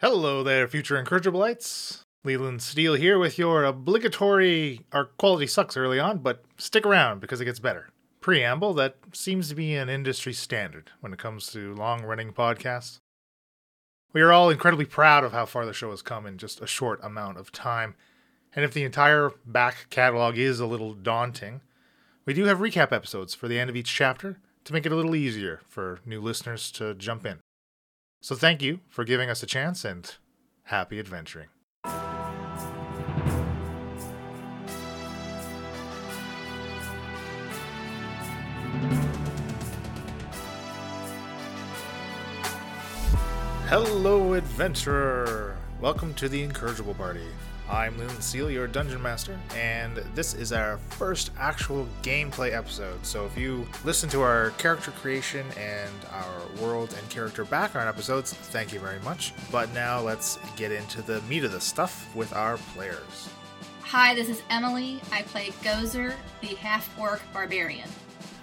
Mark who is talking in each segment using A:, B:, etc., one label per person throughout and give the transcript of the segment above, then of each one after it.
A: Hello there, future incorrigiblites. Leland Steele here with your obligatory our quality sucks early on, but stick around because it gets better. Preamble that seems to be an industry standard when it comes to long running podcasts. We are all incredibly proud of how far the show has come in just a short amount of time. And if the entire back catalog is a little daunting, we do have recap episodes for the end of each chapter to make it a little easier for new listeners to jump in. So thank you for giving us a chance and happy adventuring. Hello, adventurer! Welcome to the Incorrigible Party. I'm Leland Seal, your dungeon master, and this is our first actual gameplay episode. So, if you listen to our character creation and our world and character background episodes, thank you very much. But now let's get into the meat of the stuff with our players.
B: Hi, this is Emily. I play Gozer, the half orc barbarian.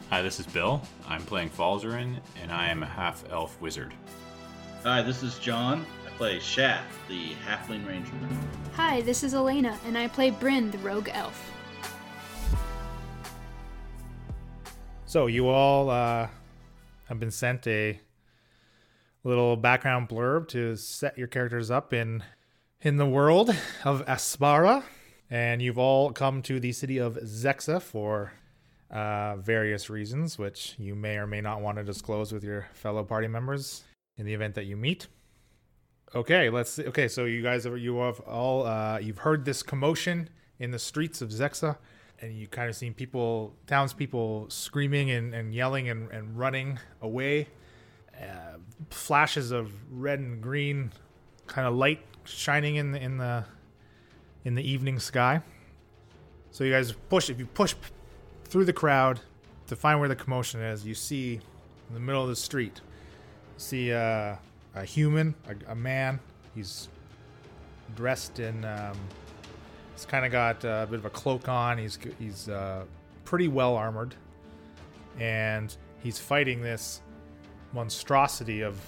C: Hi, this is Bill. I'm playing Falzarin, and I am a half elf wizard.
D: Hi, this is John. I play Shat, the halfling ranger.
E: Hi, this is Elena, and I play Bryn, the rogue elf.
A: So you all uh, have been sent a little background blurb to set your characters up in in the world of Aspara, and you've all come to the city of Zexa for uh, various reasons, which you may or may not want to disclose with your fellow party members in the event that you meet. Okay, let's. See. Okay, so you guys, have, you have all, uh, you've heard this commotion in the streets of Zexa, and you kind of seen people, townspeople screaming and, and yelling and, and running away. Uh, flashes of red and green, kind of light shining in the in the in the evening sky. So you guys push. If you push p- through the crowd to find where the commotion is, you see in the middle of the street see uh, a human, a, a man. He's dressed in. Um, he's kind of got uh, a bit of a cloak on. He's he's uh, pretty well armored, and he's fighting this monstrosity of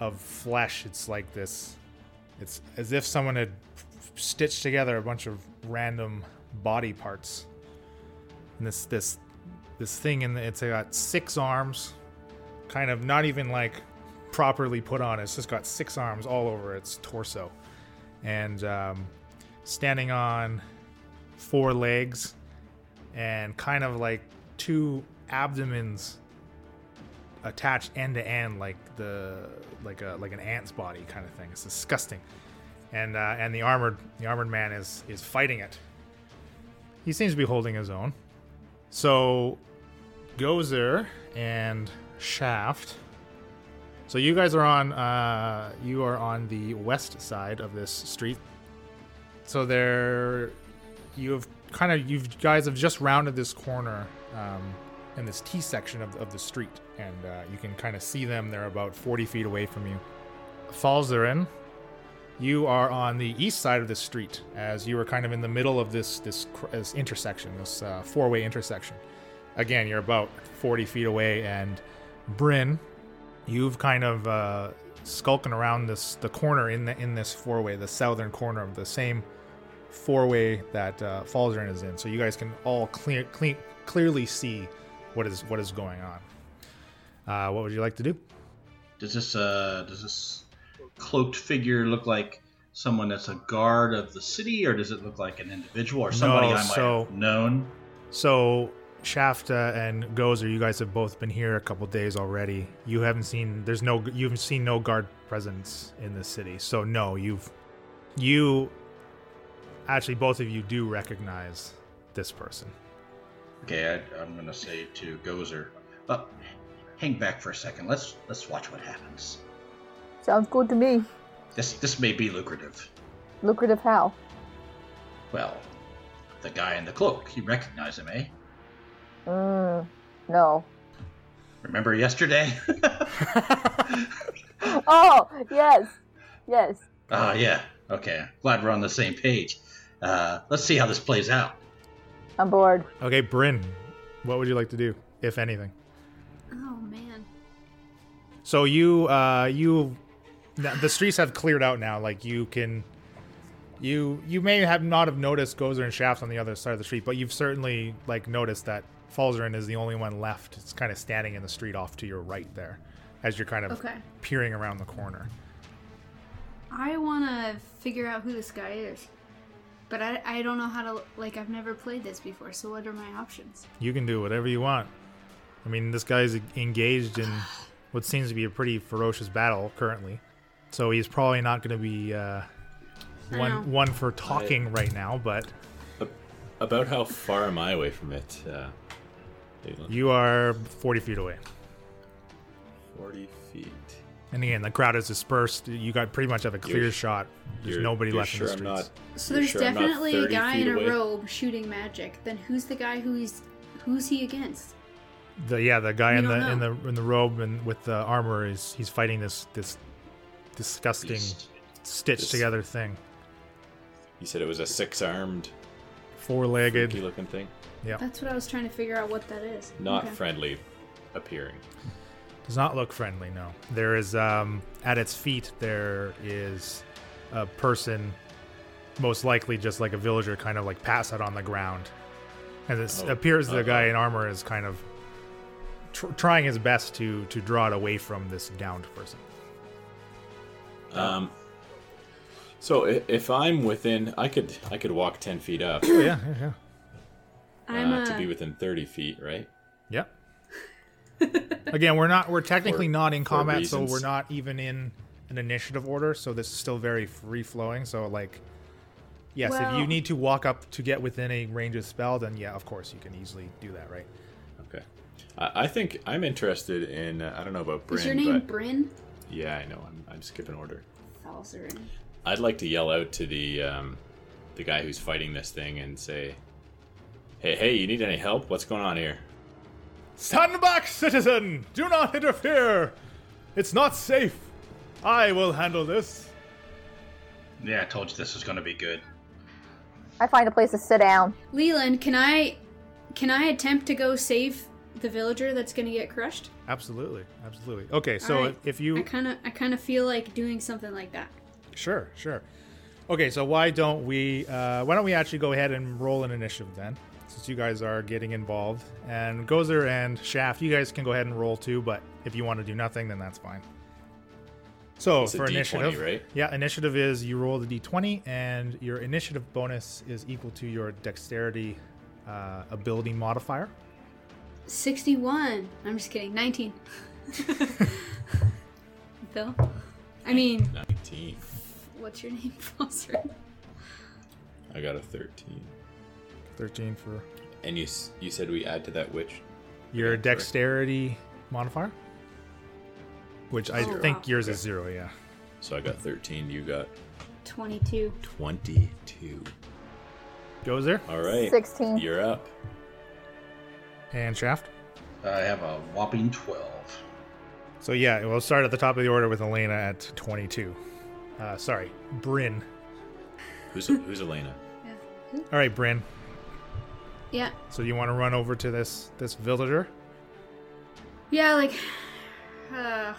A: of flesh. It's like this. It's as if someone had stitched together a bunch of random body parts. And this this this thing, and it's got six arms kind of not even like properly put on. It's just got six arms all over its torso, and um, standing on four legs, and kind of like two abdomens attached end to end, like the like a like an ant's body kind of thing. It's disgusting, and uh, and the armored the armored man is is fighting it. He seems to be holding his own. So Gozer and Shaft. So you guys are on uh, you are on the west side of this street. So there, you have kind of you guys have just rounded this corner um, in this T section of, of the street, and uh, you can kind of see them. They're about forty feet away from you. Falzarin, you are on the east side of the street as you are kind of in the middle of this this, cr- this intersection, this uh, four way intersection again, you're about 40 feet away, and Bryn, you've kind of uh, skulking around this the corner in the in this four way, the southern corner of the same four way that uh, Falzarin is in. So you guys can all clear, clean, clearly see what is what is going on. Uh, what would you like to do?
D: Does this uh does this cloaked figure look like someone that's a guard of the city, or does it look like an individual or somebody
A: No,
D: I might
A: so-
D: have known?
A: So Shafta and Gozer, you guys have both been here a couple days already. You haven't seen there's no you've seen no guard presence in this city. So no, you've you actually both of you do recognize this person.
D: Okay, I, I'm gonna say to Gozer, uh, hang back for a second. Let's let's watch what happens.
F: Sounds good to me.
D: This this may be lucrative.
F: Lucrative how?
D: Well, the guy in the cloak, you recognize him, eh?
F: Mm, no.
D: Remember yesterday?
F: Oh, yes. Yes.
D: Ah, yeah. Okay. Glad we're on the same page. Uh, let's see how this plays out.
F: I'm bored.
A: Okay, Bryn, what would you like to do, if anything?
E: Oh man.
A: So you uh, you Now, the streets have cleared out now. Like you can, you you may have not have noticed Gozer and Shaft on the other side of the street, but you've certainly like noticed that Falzarin is the only one left. It's kind of standing in the street off to your right there, as you're kind of
E: Okay.
A: peering around the corner.
E: I want to figure out who this guy is. But I, I don't know how to, like, I've never played this before, so what are my options?
A: You can do whatever you want. I mean, this guy's engaged in what seems to be a pretty ferocious battle currently, so he's probably not going to be uh,
E: I know.
A: one one for talking right now. But
G: Ab- About how far am I away from it? Uh, Caitlin?
A: you are 40 feet away.
G: 40 feet.
A: And again, the crowd is dispersed. You got pretty much have a clear
G: You're-
A: shot. There's
G: You're-
A: nobody
G: you're
A: left
G: sure
A: in the
G: I'm
A: streets.
G: not-
E: So
G: you're
E: there's
G: sure I'm not
E: definitely a
G: 30
E: guy
G: feet
E: in a
G: away?
E: robe shooting magic. Then who's the guy who he's, who's he against?
A: The yeah, the guy
E: We
A: in the
E: don't
A: in
E: know.
A: the in the robe and with the armor is he's fighting this this disgusting
D: Beast.
A: stitched
G: This-
A: together thing.
G: You said it was a six-armed,
A: Four-legged.
G: looking thing.
E: That's what I was trying to figure out what that is.
G: Not
E: Okay.
G: friendly appearing.
A: Does not look friendly, no. There is um at its feet there is a person most likely just like a villager kind of like pass out on the ground. And it
G: Oh,
A: appears the
G: uh-oh.
A: guy in armor is kind of tr- trying his best to to draw it away from this downed person.
G: Um, so i- if I'm within, I could I could walk 10 feet up uh,
A: Yeah, yeah, yeah.
E: I'm uh, a,
G: to be within 30 feet, right?
A: Yeah. Again, we're not we're technically
G: For-
A: not in
G: for
A: combat, so we're
G: reasons.
A: not even in an initiative order, so this is still very free flowing. So like yes, if you
E: Well-
A: need to walk up to get within a range of spell, then yeah, of course you can easily do that, right?
G: Okay. I, I think I'm interested in. Uh, I don't know about Bryn,
E: is your name
G: but
E: Bryn?
G: yeah, I know. I'm, I'm skipping order.
E: Falzarin.
G: I'd like to yell out to the um, the guy who's fighting this thing and say, "Hey, hey, you need any help? What's going on here?"
A: Stand back, citizen! Do not interfere! It's not safe. I will handle this.
D: Yeah, I told you this was going to be good.
F: I find a place to sit down.
E: Leland, can I, can I attempt to go save the villager that's gonna get crushed?
A: Absolutely, absolutely. Okay, so
E: Alright.
A: if you
E: I kind of, I kind of feel like doing something like that.
A: Sure, sure. Okay, so why don't we uh, why don't we actually go ahead and roll an initiative then, since you guys are getting involved. And Gozer and Shaft, you guys can go ahead and roll too, but if you want to do nothing, then that's fine. So
G: It's a
A: for
G: D20,
A: initiative,
G: right?
A: yeah, initiative is you roll the d20, and your initiative bonus is equal to your dexterity uh, ability modifier.
E: 61. I'm just kidding. 19. Phil? I mean,
G: 19.
E: what's your name, Foster?
G: I got a 13.
A: 13 for
G: And you s- you said we add to that witch.
A: your
G: Okay, sorry.
A: dexterity modifier, which I
E: Zero.
A: think yours is zero. Yeah.
G: So I got 13. You got
E: 22.
G: 22.
A: Gozer
G: All right.
F: 16.
G: You're up.
A: and Shaft.
D: I have a whopping 12.
A: So yeah, we'll start at the top of the order with Elena at 22. Uh, sorry, Bryn.
G: Who's who's Elena?
E: Yeah.
A: All right, Bryn.
E: Yeah.
A: So you want to run over to this this villager?
E: Yeah, like, uh,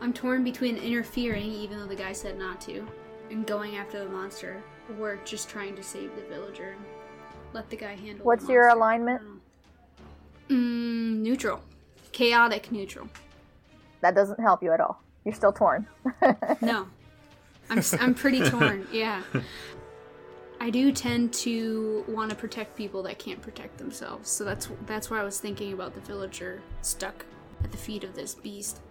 E: I'm torn between interfering, even though the guy said not to, and going after the monster, or just trying to save the villager and let the guy handle. the
F: What's your
E: monster.
F: alignment?
E: Mm, neutral. Chaotic neutral.
F: That doesn't help you at all. You're still torn.
E: No. I'm, s- I'm pretty torn, yeah. I do tend to want to protect people that can't protect themselves, so that's that's why I was thinking about the villager stuck at the feet of this beast.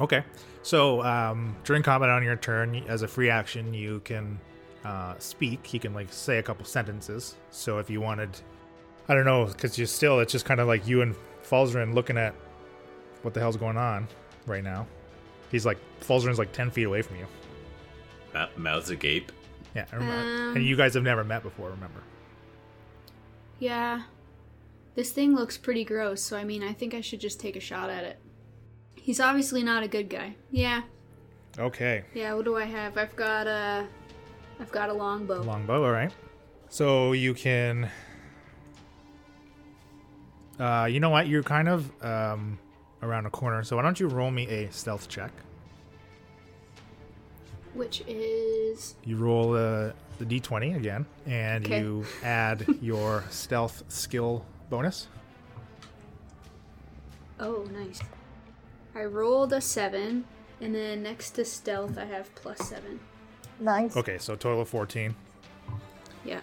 A: Okay. So um, during combat on your turn, as a free action, you can uh, speak. You can like say a couple sentences. So if you wanted, I don't know, because you're still it's just kind of like you and Falzarin looking at what the hell's going on right now. He's like Falzarin's like 10 feet away from you.
G: Ma- mouths agape.
A: Yeah, I remember.
E: Um.
A: and you guys have never met before. Remember.
E: Yeah. This thing looks pretty gross, so I mean, I think I should just take a shot at it. He's obviously not a good guy. Yeah.
A: Okay.
E: Yeah, what do I have? I've got a I've got a longbow.
A: Longbow, all right. So you can. Uh, you know what? You're kind of um, around a corner, so why don't you roll me a stealth check?
E: which is
A: You roll uh, the d20 again, and
E: Okay.
A: you add your stealth skill bonus.
E: oh nice. I rolled a seven, and then next to stealth, I have plus seven.
F: Nice.
A: Okay, so total of 14.
E: Yeah.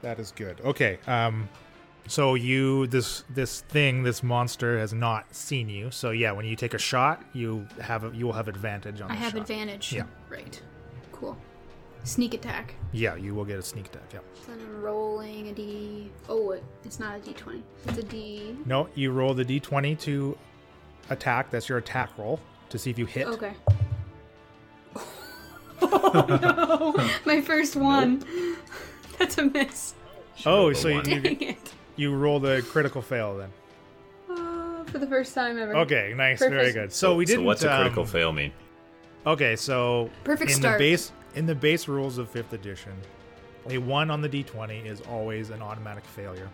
A: That is good. Okay. Um, so you this this thing this monster has not seen you. So yeah, when you take a shot, you have a, you will have advantage on.
E: I
A: the
E: have
A: shot.
E: advantage.
A: Yeah.
E: Right. Cool. Sneak attack.
A: Yeah, you will get a sneak attack. Yeah.
E: Then I'm rolling a D. Oh, wait, it's not a D20. It's a D.
A: No, you roll the d20 to attack. That's your attack roll to see if you hit.
E: Okay. oh no! My first one. That's a miss.
A: Oh,
G: rolled a
A: so you,
G: one.
A: you
E: Dang it.
A: you roll the critical fail then.
E: Oh, for the first time ever.
A: Okay, nice, very
E: Perfect.
A: good. So we didn't.
G: So what's a critical
A: um,
G: fail mean?
A: Okay, so
E: Perfect
A: in
E: start.
A: the base in the base rules of fifth edition, a one on the d20 is always an automatic failure,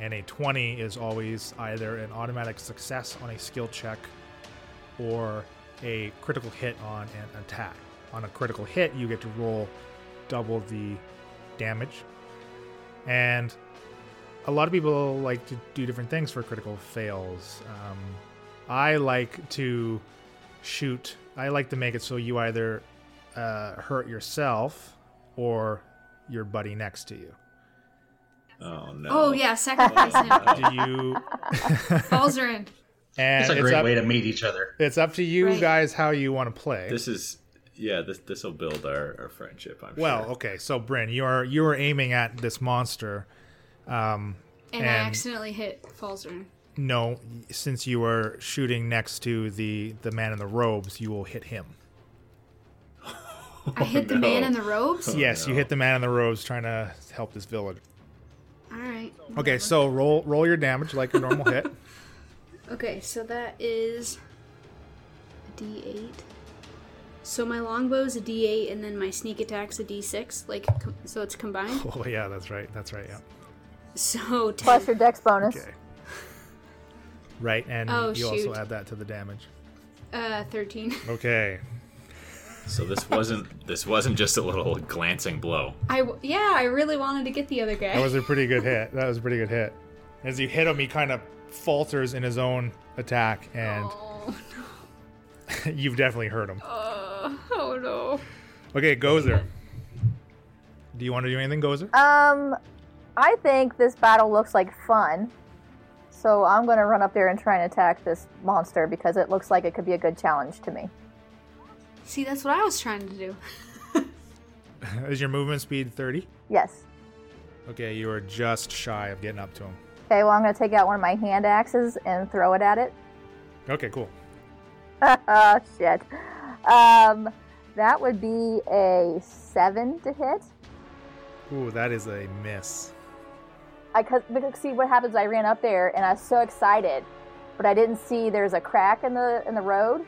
A: and a 20 is always either an automatic success on a skill check or a critical hit on an attack. On a critical hit, you get to roll double the damage, and a lot of people like to do different things for critical fails. Um, I like to shoot. I like to make it so you either uh, hurt yourself or your buddy next to you.
G: Oh no.
E: Oh yeah, sacrifice him.
A: Do you?
E: Balls are in.
A: And
D: It's
A: it's,
D: a great
A: up,
D: way to meet each other.
A: it's up to you
E: Right.
A: guys how you want to play.
G: This is yeah. This this will build our, our friendship. I'm
A: well,
G: sure.
A: okay. So Bryn, you are you are aiming at this monster. Um,
E: And, I
A: And-
E: accidentally hit Falzern.
A: no, since you are shooting next to the the man in the robes, you will hit him.
E: I hit the
G: no.
E: man in the robes?
A: yes, you hit the man in the robes trying to help this village.
E: Alright.
A: Okay, so roll roll your damage like a normal hit.
E: Okay, so that is a D8. So my longbow's a D8, and then my sneak attack's a D6. Like, com- so it's combined.
A: Oh yeah, that's right. That's right. Yeah.
E: So ten.
F: Plus your dex bonus.
A: Okay. Right, and
E: Oh,
A: you also
E: shoot.
A: add that to the damage.
E: Uh, thirteen.
A: Okay.
G: So this wasn't this wasn't just a little glancing blow.
E: I w- yeah, I really wanted to get the other guy.
A: That was a pretty good hit. That was a pretty good hit. As you hit him, he kind of falters in his own attack, and
E: Oh,
A: you've definitely hurt him.
E: uh, oh no.
A: Okay, Gozer. Do you want to do anything, Gozer?
F: Um, I think this battle looks like fun. So I'm going to run up there and try and attack this monster because it looks like it could be a good challenge to me.
E: See, that's what I was trying to do.
A: Is your movement speed 30?
F: Yes.
A: Okay, you are just shy of getting up to him.
F: Okay, well, I'm going to take out one of my hand axes and throw it at it.
A: Okay, cool.
F: oh, shit. Um, that would be a seven to hit.
A: Ooh, that is a miss.
F: I cause, because see what happens. I ran up there and I was so excited, but I didn't see there's a crack in the in the road,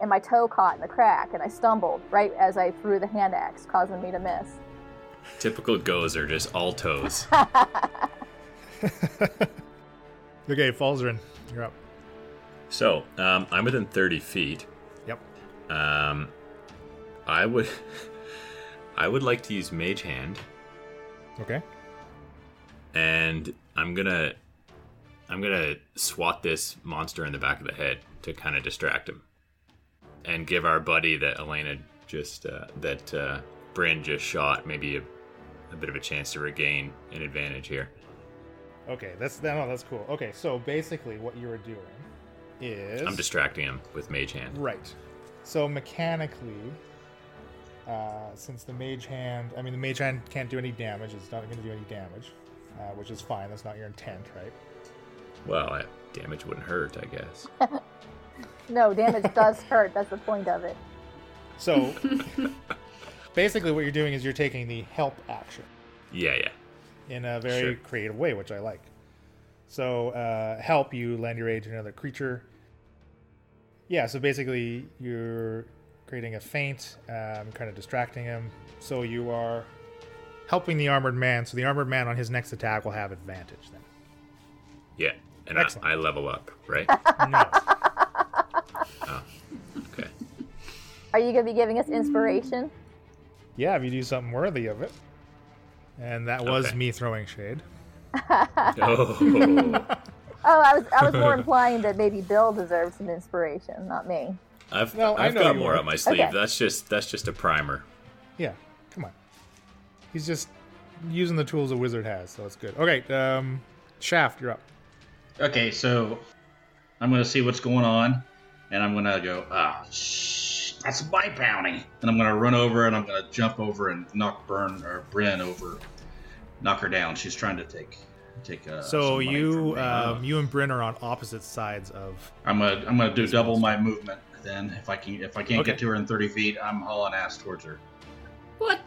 F: and my toe caught in the crack, and I stumbled right as I threw the hand axe, causing me to miss.
G: Typical gozer, just all toes.
A: Okay, Falzarin, you're up.
G: so um, I'm within 30 feet.
A: Yep.
G: Um, I would I would like to use mage hand,
A: Okay.
G: and I'm gonna I'm gonna swat this monster in the back of the head to kind of distract him, and give our buddy that Elena just uh, that uh, Bryn just shot maybe a, a bit of a chance to regain an advantage here.
A: Okay, that's that, no, that's cool. Okay, so basically what you were doing is
G: I'm distracting him with mage hand.
A: Right. So mechanically, uh, since the mage hand, I mean, the mage hand can't do any damage. It's not going to do any damage, uh, which is fine. That's not your intent, right?
G: Well, I, damage wouldn't hurt, I guess.
F: No damage does hurt. That's the point of it.
A: So basically, what you're doing is you're taking the help action
G: Yeah, yeah.
A: in a very
G: Sure.
A: creative way, which I like. So uh, help you lend your aid to another creature. Yeah. So basically, you're creating a feint, um, kind of distracting him. So you are helping the armored man. So the armored man on his next attack will have advantage then.
G: Yeah. And I,
A: Excellent.
G: I level up, right?
A: No.
G: Okay.
F: Are you going to be giving us inspiration?
A: Yeah, if you do something worthy of it. And that was
G: Okay.
A: me throwing shade.
G: Oh,
F: Oh, I was I was more implying that maybe Bill deserves some inspiration, not me.
G: I've,
A: No, I
G: I've
A: know
G: got
A: you
G: more
A: are.
G: up my sleeve.
F: Okay.
G: That's just that's just a primer.
A: Yeah, come on. He's just using the tools a wizard has, so it's good. Okay, um, Shaft, you're up.
D: Okay, so I'm gonna see what's going on, and I'm gonna go. Ah, shh, that's my bounty, and I'm gonna run over and I'm gonna jump over and knock Burn or Bryn over, knock her down. She's trying to take take. Uh, some
A: so
D: money from
A: you,
D: me.
A: um, you and Bryn are on opposite sides of.
D: I'm gonna I'm gonna do double my movement. Then if I can if I can't
A: Okay.
D: get to her in 30 feet, I'm hauling ass towards her.
E: What?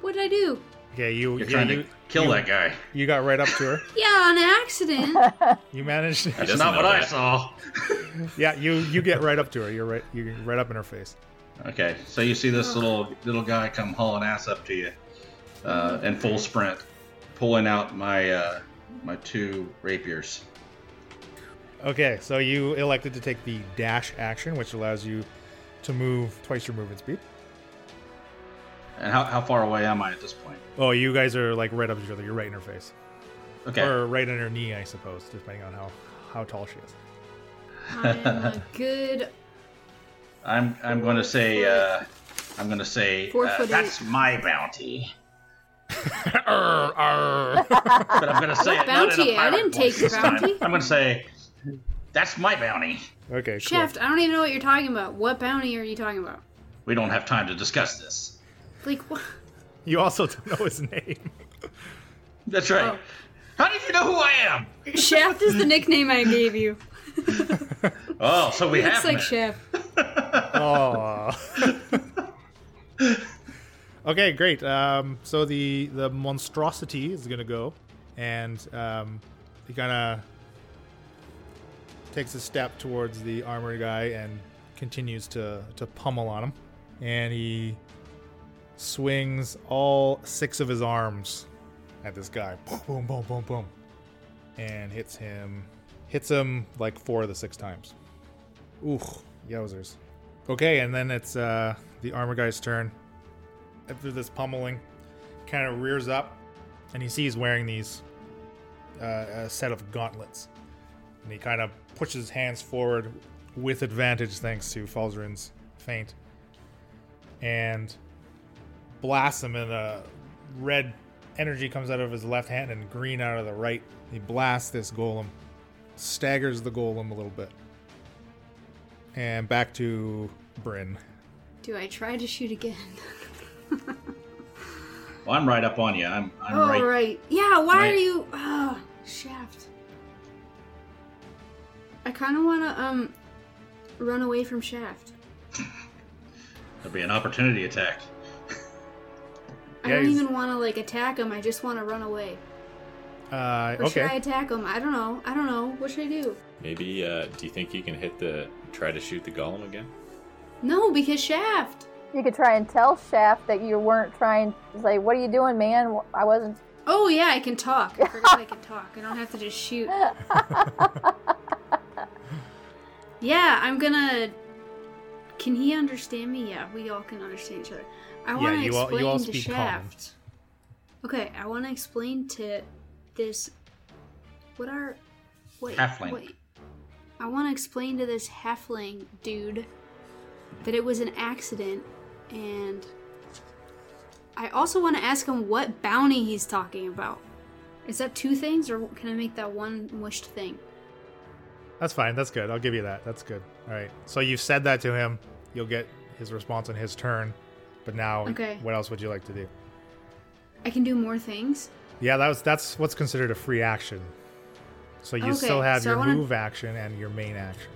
E: What did I do?
A: Okay, you
D: You're
A: yeah,
D: trying
A: you,
D: to kill
A: you-
D: that guy.
A: You got right up to her.
E: Yeah, on accident.
A: You managed.
D: That's
G: doesn't
D: not
G: know
D: what I
G: that.
D: saw.
A: yeah, you you get right up to her. You're right. You're right up in her face.
D: Okay, so you see
A: Oh.
D: this little little guy come hauling ass up to you, uh, in full sprint, pulling out my uh, my two rapiers.
A: Okay, so you elected to take the dash action, which allows you to move twice your movement speed.
D: And how, how far away am I at this point?
A: Oh, you guys are like right up to each other. You're right in her face,
D: Okay,
A: or right on her knee, I suppose, depending on how how tall she is.
E: I'm a good.
D: I'm I'm going to say uh, I'm going to say
E: Four
D: uh,
E: foot
D: that's my bounty,
A: Arr, arr.
D: but I'm going to say
E: What
D: it not in a
E: bounty? eh? I
D: pirate
E: didn't
D: voice
E: take your
D: this time.
E: bounty.
D: I'm going to say that's my bounty.
A: okay, cool.
E: Shaft, I don't even know what you're talking about. What bounty are you talking about?
D: We don't have time to discuss this.
E: Like, what?
A: You also don't know his name.
D: That's right.
E: Oh.
D: How did you know who I am?
E: Shaft is the nickname I gave you.
D: Oh, so we have
E: It's like
D: met.
E: Shaft.
A: Oh. okay, great. Um, so the the monstrosity is gonna go, and um, he kind of takes a step towards the armored guy and continues to to pummel on him, and he swings all six of his arms at this guy. Boom, boom, boom, boom, boom, and hits him. Hits him like four of the six times. Ooh, yowzers. Okay, and then it's uh, the armor guy's turn. After this pummeling, kind of rears up, and you see he's wearing these uh, a set of gauntlets, and he kind of pushes his hands forward with advantage thanks to Falzarin's feint, and blasts him in a red energy comes out of his left hand and green out of the right. He blasts this golem, staggers the golem a little bit. And back to Bryn.
E: Do I try to shoot again?
D: Well, I'm right up on you. I'm I'm
E: All right.
D: right
E: Yeah, why are
D: Right.
E: you. Oh, Shaft. I kind of want to, um, run away from Shaft.
D: There'll be an opportunity attack.
E: I
A: Yeah,
E: don't
A: he's-
E: even want to, like, attack him. I just want to run away.
A: Uh,
E: Or should I
A: okay.
E: attack him? I don't know. I don't know. What should I do?
G: Maybe uh, do you think you can hit the try to shoot the golem again?
E: No, because Shaft.
F: You could try and tell Shaft that you weren't trying. It's like, what are you doing, man? I wasn't.
E: Oh yeah, I can talk. I forgot I can talk. I don't have to just shoot. yeah, I'm gonna. Can he understand me? Yeah, we all can understand each other. I want to
A: you all-
E: explain
A: you all
E: to
A: speak common.
E: Shaft. Okay, I want to explain to this. What are? What,
D: Halfling.
E: What, I want to explain to this halfling dude that it was an accident, and I also want to ask him what bounty he's talking about. Is that two things, or can I make that one wished thing?
A: That's fine. That's good. I'll give you that. That's good. All right. So you've said that to him. You'll get his response on his turn. But now,
E: Okay.
A: what else would you like to do?
E: I can do more things.
A: Yeah, that was that's what's considered a free action. So you
E: Okay,
A: still have
E: so I
A: your
E: wanna-
A: move action and your main action.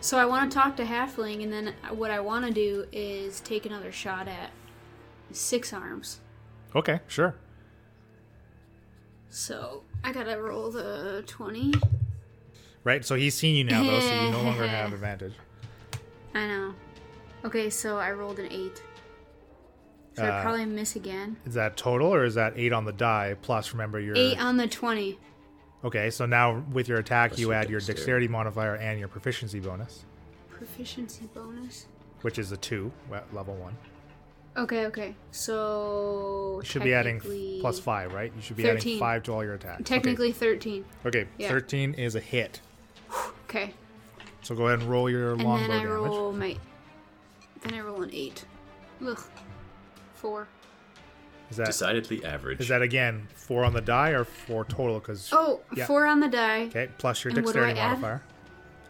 E: So I want to talk to Halfling, and then what I want to do is take another shot at Six Arms.
A: Okay, sure.
E: So I gotta roll the 20.
A: Right. So he's seen you now though, so you no longer have advantage.
E: I know. Okay, so I rolled an 8. So I
A: Uh,
E: probably miss again.
A: Is that total or is that eight on the die plus? Remember your
E: 8 on the 20.
A: okay. So now with your attack,
G: Plus
A: you
G: your
A: add your
G: dexterity.
A: dexterity modifier and your proficiency bonus.
E: Proficiency bonus.
A: which is a two at level one.
E: Okay, okay. So
A: You should be adding
E: technically-
A: plus five, right? You should be adding
E: 13.
A: five to all your attacks. Okay.
E: Technically thirteen.
A: Okay,
E: yeah.
A: 13 is a hit.
E: Okay.
A: So go ahead and roll your
E: And then
A: longbow
E: I
A: damage.
E: roll my then I roll an eight. Ugh. Four.
A: Is that is
G: Decidedly average.
A: that again four on the die or four total? Because
E: Oh, four
A: Yeah.
E: on the die.
A: okay, plus your
E: And what do
A: dexterity
E: I add?
A: modifier.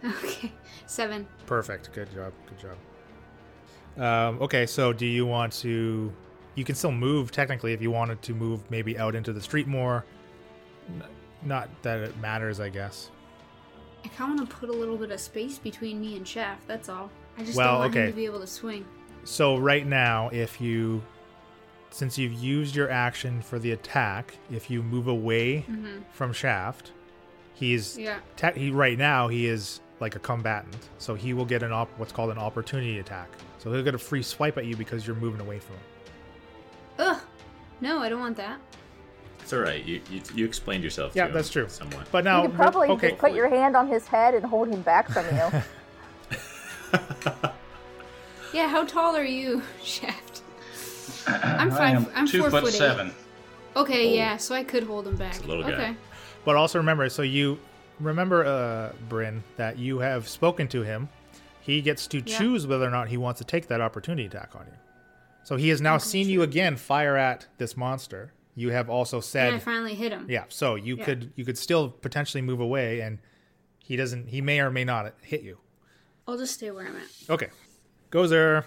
E: Okay. Seven.
A: Perfect. Good job. Good job. Um, okay, so do you want to? You can still move technically if you wanted to move maybe out into the street more. N- Not that it matters, I guess.
E: I kinda wanna put a little bit of space between me and Chef, that's all. I just
A: Well,
E: don't want
A: okay.
E: him to be able to swing.
A: So right now, if you, since you've used your action for the attack, if you move away from Shaft, he's
E: Yeah.
A: te- he right now he is like a combatant, so he will get an op- what's called an opportunity attack. So he'll get a free swipe at you because you're moving away from him.
E: Ugh. No, I don't want that.
G: It's all right. You, you, you explained yourself.
A: Yeah,
G: to
A: that's
G: him
A: true.
G: Somewhat.
A: But now,
F: you could probably
A: okay,
F: just put your hand on his head and hold him back from you.
E: Yeah, how tall are you, Shaft? I'm
D: I
E: five.
D: am
E: I'm
D: two
E: four
D: foot
E: foot eight.
D: seven.
E: Okay, yeah, so I could hold him back.
G: a little guy.
E: okay.
A: But also remember, so you remember, uh, Bryn, that you have spoken to him. He gets to
E: Yeah.
A: choose whether or not he wants to take that opportunity attack on you. So he has now seen you again fire at this monster. You have also
E: And I
A: said,
E: finally hit him.
A: yeah. So you
E: Yeah.
A: could you could still potentially move away, and he doesn't. He may or may not hit you.
E: I'll just stay where I'm at.
A: Okay, Gozer.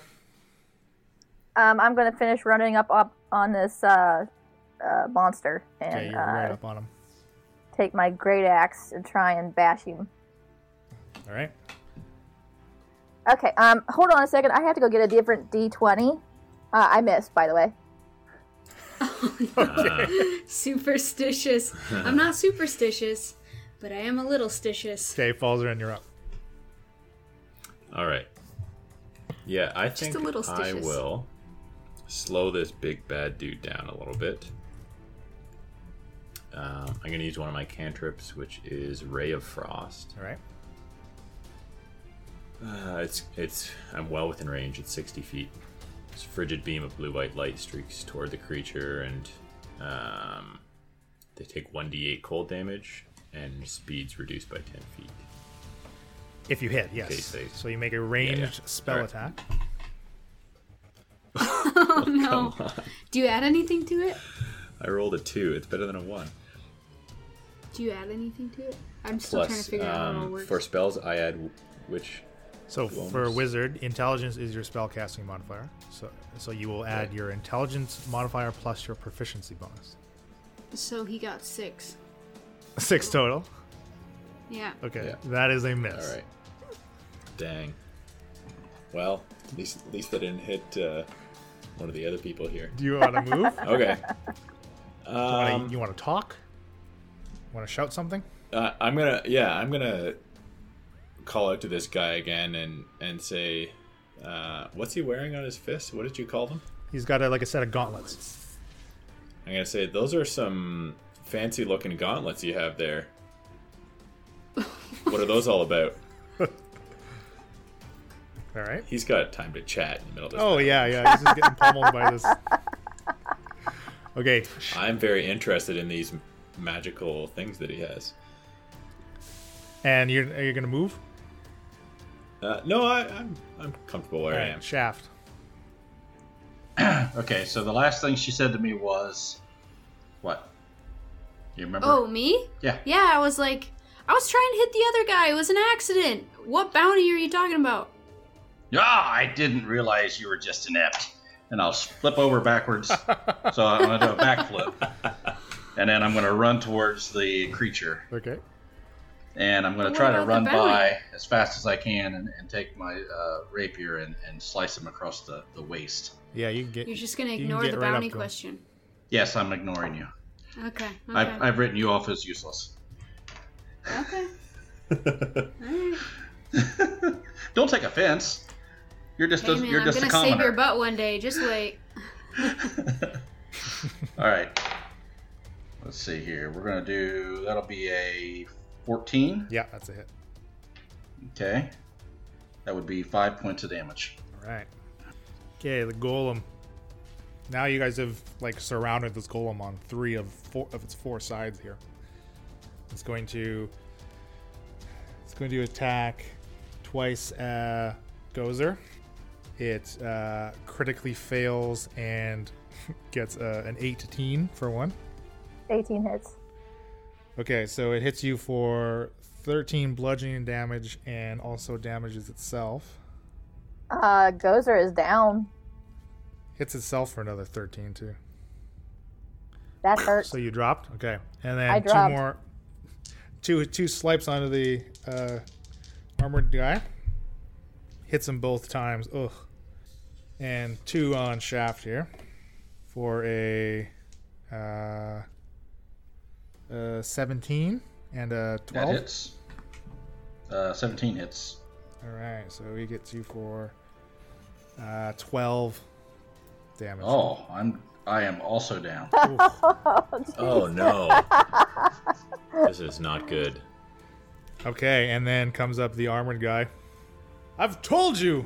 F: um, I'm gonna finish running up, up on this uh, uh, monster
A: Okay,
F: and
A: you're right
F: uh,
A: up on him.
F: take my great axe and try and bash him.
A: All right.
F: Okay. Um, hold on a second. I have to go get a different D20. Uh, I missed, by the way.
E: Superstitious. I'm not superstitious, but I am a little stitious.
A: Okay, Falzer, and you're up.
G: All right. Yeah, I think
E: a little
G: I
E: stitches.
G: will slow this big bad dude down a little bit. Um, I'm going to use one of my cantrips, which is Ray of Frost.
A: All right.
G: Uh, it's it's I'm well within range. It's 60 feet. This frigid beam of blue-white light streaks toward the creature, and um, they take 1d8 cold damage, and speeds reduced by 10 feet.
A: If you hit, yes.
G: Okay, so-
A: so you make a ranged spell
G: All right.
A: attack.
E: Oh no. Do you add anything to it?
G: I rolled a two. It's better than a one.
E: Do you add anything to it? I'm still trying to
G: Plus,
E: figure out how it all
G: um,
E: works.
G: for spells, I add w- which
A: So
G: Bonus.
A: for a wizard, intelligence is your spell casting modifier. So so you will add your intelligence modifier plus your proficiency bonus.
E: So he got six.
A: Six total.
E: Yeah.
A: Okay,
G: Yeah.
A: that is a miss.
G: All right. Dang. Well, at least, at least I didn't hit uh, one of the other people here.
A: Do you want to move? You
G: Okay.
A: wanna-
G: Um,
A: you want to talk? Want to shout something?
G: uh, I'm gonna, yeah, I'm gonna call out to this guy again and and say, uh, what's he wearing on his fist? What did you call them?
A: He's got a, like a set of gauntlets.
G: I'm gonna say those are some fancy looking gauntlets you have there. what are those all about?
A: All right.
G: He's got time to chat in the middle of this.
A: Oh yeah, yeah. He's just getting pummeled by this. Okay,
G: I'm very interested in these m- magical things that he has.
A: and you're are you gonna move?
G: Uh, no, I, I'm I'm comfortable where I am.
A: Shaft.
D: Okay, so the last thing she said to me was, "What? You remember?"
E: Oh, me?
D: yeah.
E: Yeah, I was like, I was trying to hit the other guy. It was an accident. What bounty are you talking about?
D: Ah, I didn't realize you were just inept. And I'll flip over backwards. so I'm going to do a backflip. And then I'm going to run towards the creature.
A: Okay.
D: And I'm going
E: But
D: to try
E: what
D: to
E: about the
D: run
E: bounty?
D: by as fast as I can and, and take my uh, rapier and, and slice him across the, the waist.
A: Yeah, you can get.
E: You're just gonna
A: you can
E: ignore
A: get
E: the
A: right up
E: bounty
A: to him.
E: question.
D: Yes, I'm ignoring you.
E: Okay. Okay.
D: I've, I've written you off as useless.
E: Okay. Alright.
D: Don't take offense. You're just
E: Hey
D: a,
E: man,
D: you're
E: I'm
D: just a
E: gonna save your
D: commoner.
E: butt one day. Just wait.
D: All right. Let's see here. We're going to do that'll be a 14.
A: Yeah, that's a hit.
D: Okay. That would be five points of damage.
A: All Right. right. Okay, the golem. Now you guys have like surrounded this golem on three of four of its four sides here. It's going to it's going to attack twice uh Gozer. It uh, critically fails and gets uh, an 18 for one.
F: 18 hits.
A: Okay, so it hits you for 13 bludgeoning damage and also damages itself.
F: Uh, Gozer is down.
A: Hits itself for another 13 too.
F: That hurts.
A: So you dropped? Okay. And then
F: I dropped.
A: two more two two swipes onto the uh, armored guy. Hits him both times. Ugh. And two on shaft here for a uh, uh 17 and a 12.
D: That hits. Uh, 17 hits.
A: All right, so he gets you for uh, twelve damage.
D: Oh, I'm I am also down.
G: Oh no. this is not good.
A: Okay, and then comes up the armored guy. I've told you,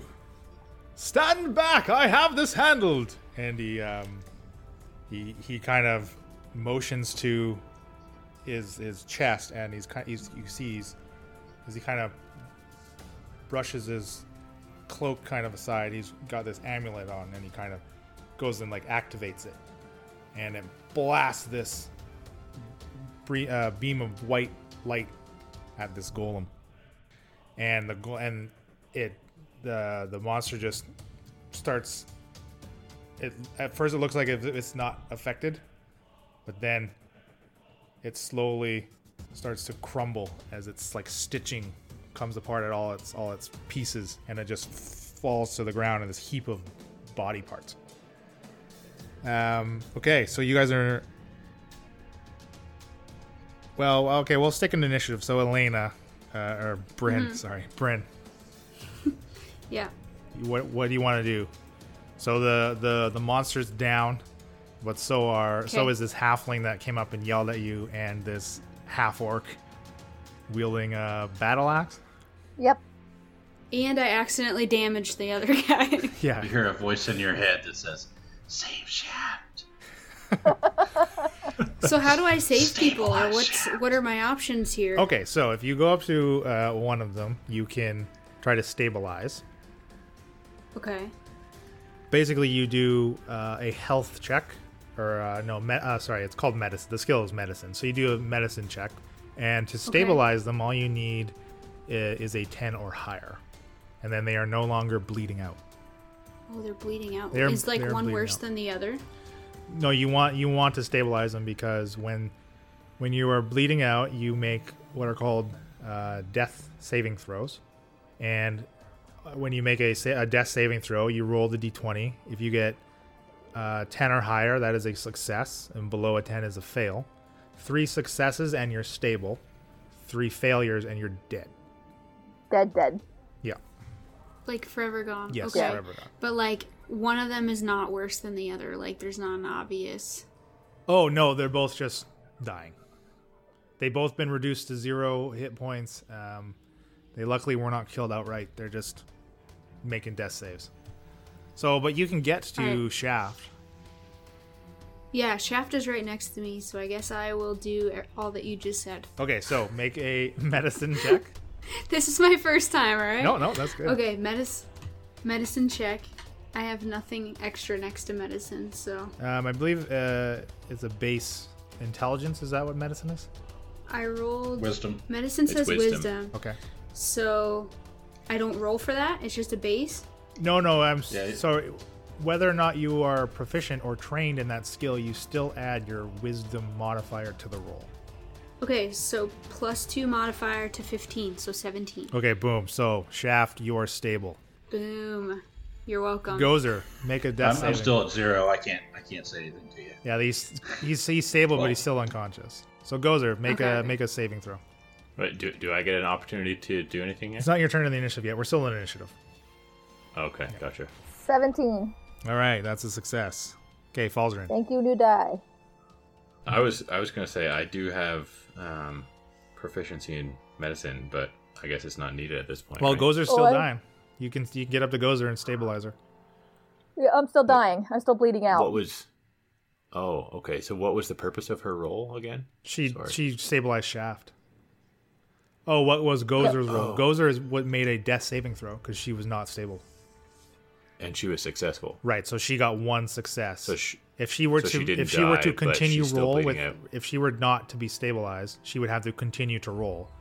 A: stand back. I have this handled. And he um, he he kind of motions to his his chest, and he's kind he's, you see he's as he kind of brushes his cloak kind of aside. He's got this amulet on, and he kind of goes and like activates it, and it blasts this bre- uh, beam of white light at this golem, and the go- and it the the monster just starts. It at first it looks like it- it's not affected, but then it slowly starts to crumble as it's like stitching comes apart at all its all its pieces, and it just falls to the ground in this heap of body parts. Um, okay, so you guys are well, okay, we'll stick in initiative. So Elena, uh, or Bryn, sorry, Bryn,
E: Yeah.
A: what what do you want to do? So the the the monster's down, but so are so
E: Okay.
A: is this halfling that came up and yelled at you, and this half orc wielding a battle axe.
F: Yep.
E: And I accidentally damaged the other guy.
A: Yeah,
D: You hear a voice in your head that says, "Save shaft."
E: so how do I save people, or what's what are my options here?
A: Okay, so if you go up to uh, one of them, you can try to stabilize.
E: Okay.
A: Basically, you do uh, a health check, or uh, no, me- uh, sorry, it's called medicine. The skill is medicine. So you do a medicine check, and to stabilize them, all you need i- is a 10 or higher. And then they are no longer bleeding out.
E: Oh, they're bleeding out.
A: They're-
E: Is like
A: they're
E: one
A: bleeding
E: worse
A: out.
E: than the other?
A: No, you want you want to stabilize them because when when you are bleeding out, you make what are called uh, death saving throws, and uh, when you make a, sa- a death saving throw, you roll the d20. If you get uh, 10 or higher, that is a success, and below a 10 is a fail. Three successes and you're stable. Three failures and you're dead.
F: Dead, dead.
A: Yeah.
E: Like forever gone.
A: Yes.
E: Okay.
A: Forever gone.
E: But like one of them is not worse than the other. Like there's not an obvious.
A: Oh no, they're both just dying. They both been reduced to zero hit points. Um, they luckily were not killed outright. They're just making death saves. So, but you can get to
E: Alright.
A: Shaft.
E: Yeah, Shaft is right next to me, so I guess I will do e-, all that you just said.
A: Okay, so make a medicine check.
E: This is my first time, all right?
A: No, no, that's good.
E: Okay, medicine, medicine check. I have nothing extra next to medicine, so
A: Um, I believe uh, it's a base intelligence. Is that what medicine is?
E: I rolled.
D: Wisdom.
E: Medicine says
G: wisdom.
E: wisdom.
A: Okay.
E: so I don't roll for that. It's just a base.
A: No, no, I'm s-
D: Yeah, it-
A: sorry. Whether or not you are proficient or trained in that skill, you still add your wisdom modifier to the roll.
E: Okay, so plus two modifier to fifteen, so seventeen.
A: Okay, boom. So Shaft, you're stable.
E: Boom. You're welcome.
A: Gozer, make a death
D: I'm, I'm
A: saving.
D: still at zero. I can't I can't say anything to you.
A: yeah, he's he's he's stable, but he's still unconscious. So Gozer, make a
E: Okay.
A: make a saving throw.
G: Wait, do, do I get an opportunity to do anything yet?
A: It's not your turn in the initiative yet. We're still in initiative.
G: Okay, gotcha.
F: 17.
A: All right, that's a success. Okay, Falzarin.
F: Thank you, new die.
G: I was I was gonna say I do have um, proficiency in medicine, but I guess it's not needed at this point.
A: Well,
G: right?
A: Gozer's still
F: Well, I-
A: dying. You can you can get up to Gozer and stabilize her.
F: Yeah, I'm still dying. I'm still bleeding out.
G: What was? Oh, okay. So what was the purpose of her role again?
A: She
G: Sorry.
A: she stabilized Shaft. Oh, what was Gozer's
D: Oh.
A: role? Gozer is what made a death saving throw because she was not stable.
G: And she was successful.
A: Right, so she got one success.
G: So she,
A: if she were
G: so
A: to
G: she didn't
A: if she were
G: die,
A: to
G: but
A: continue
G: she's still
A: roll with
G: bleeding out.
A: if she were not to be stabilized, she would have to continue to roll.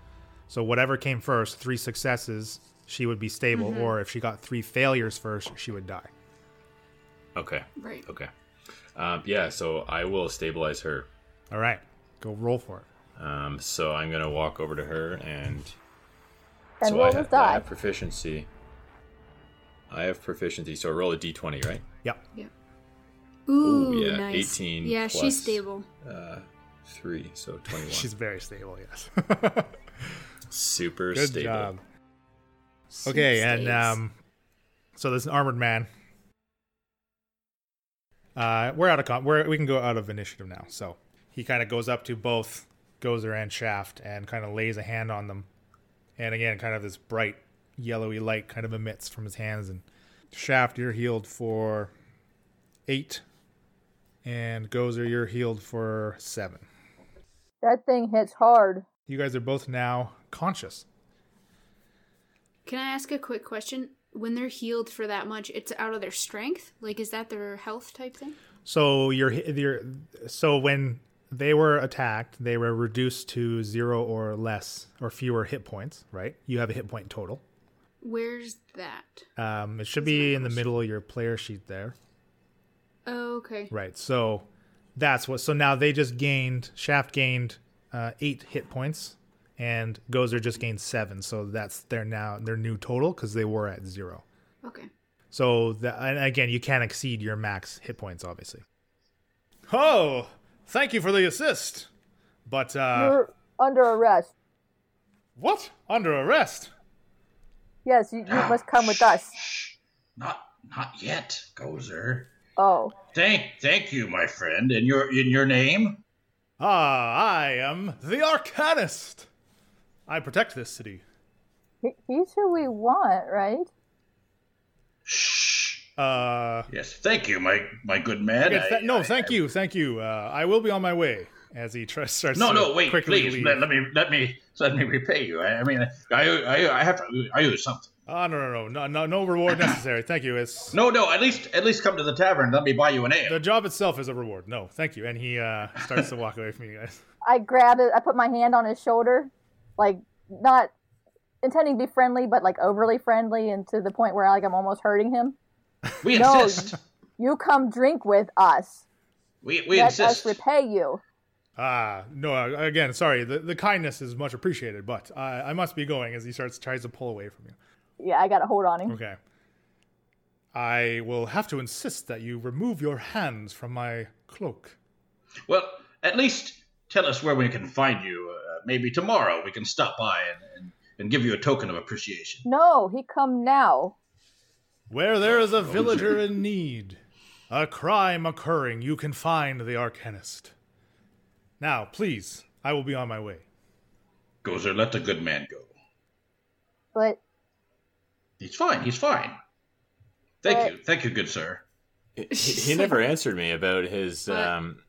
A: So whatever came first, three successes, she would be stable, or if she got three failures first, she would die.
G: okay,
E: Right.
G: okay. Um, yeah. So I will stabilize her.
A: All right, go roll for it.
G: Um, so I'm gonna walk over to her and.
F: and
G: so
F: roll
G: I,
F: this
G: ha- I
F: die.
G: have proficiency. I have proficiency, so roll a d20, right?
A: Yep.
E: Ooh,
G: yeah,
E: nice.
G: 18
E: Yeah,
G: plus-
E: she's stable.
G: Uh, three, so 21.
A: She's very stable, yes.
G: super
A: Good
G: stable.
A: job. Okay, and um, so this armored man. Uh, we're out of con. We're, we can go out of initiative now. So he kind of goes up to both Gozer and Shaft and kind of lays a hand on them, and again, kind of this bright yellowy light kind of emits from his hands. And Shaft, you're healed for eight, and Gozer, you're healed for seven.
F: That thing hits hard.
A: You guys are both now conscious.
E: Can I ask a quick question? When they're healed for that much, it's out of their strength? Like, is that their health type thing?
A: So your your so when they were attacked, they were reduced to zero or less or fewer hit points. Right? You have a hit point total.
E: Where's that?
A: Um, it should be in the middle of your player sheet there.
E: Oh, okay.
A: Right. So that's what. So now they just gained. Shaft gained uh, eight hit points, and Gozer just gained seven. So that's their now their new total because they were at zero.
E: Okay.
A: So that, and again, you can't exceed your max hit points, obviously. Oh, thank you for the assist. But uh,
F: You're under arrest.
A: what? Under arrest?
F: Yes, you, you must come with us.
D: Not not yet, Gozer.
F: Oh,
D: Thank thank you, my friend. And your in your name?
A: Ah, I am the Arcanist. I protect this city.
F: he- he's who we want, right?
D: Shh.
A: Uh,
D: Yes, thank you, my my good man.
A: okay, th-
D: I-
A: no,
D: I-
A: thank you, thank you. Uh, I will be on my way. As he tries, starts
D: No,
A: to
D: no, wait,
A: quickly
D: please
A: leave.
D: let, let me let me let me repay you. I, I mean, I, I I have to I owe you something.
A: Ah, no, no, no, no, no, no reward necessary. Thank you. It's
D: No, no, at least at least come to the tavern. Let me buy you an ale.
A: the job itself is a reward. No, thank you. And he uh, starts to walk away from you guys.
F: I grab it. I put my hand on his shoulder, like not intending to be friendly, but like overly friendly, and to the point where like I'm almost hurting him.
D: we
F: no.
D: insist.
F: You come drink with us.
D: We we
F: Let us
D: insist.
F: repay you.
A: Ah, no, uh, again, sorry. The, the kindness is much appreciated, but I, I must be going as he starts tries to pull away from you.
F: Yeah, I got a hold on him.
A: Okay. I will have to insist that you remove your hands from my cloak.
D: well, at least tell us where we can find you. Uh, maybe tomorrow we can stop by and, and and give you a token of appreciation.
F: No, he come now.
A: Where there is a villager in need, a crime occurring, you can find the arcanist. Now, please, I will be on my way.
D: Gozer, let the good man go.
F: But
D: He's fine. He's fine. Thank
F: But-
D: you, thank you, good sir.
G: He, he never answered me about his
E: What?
G: um,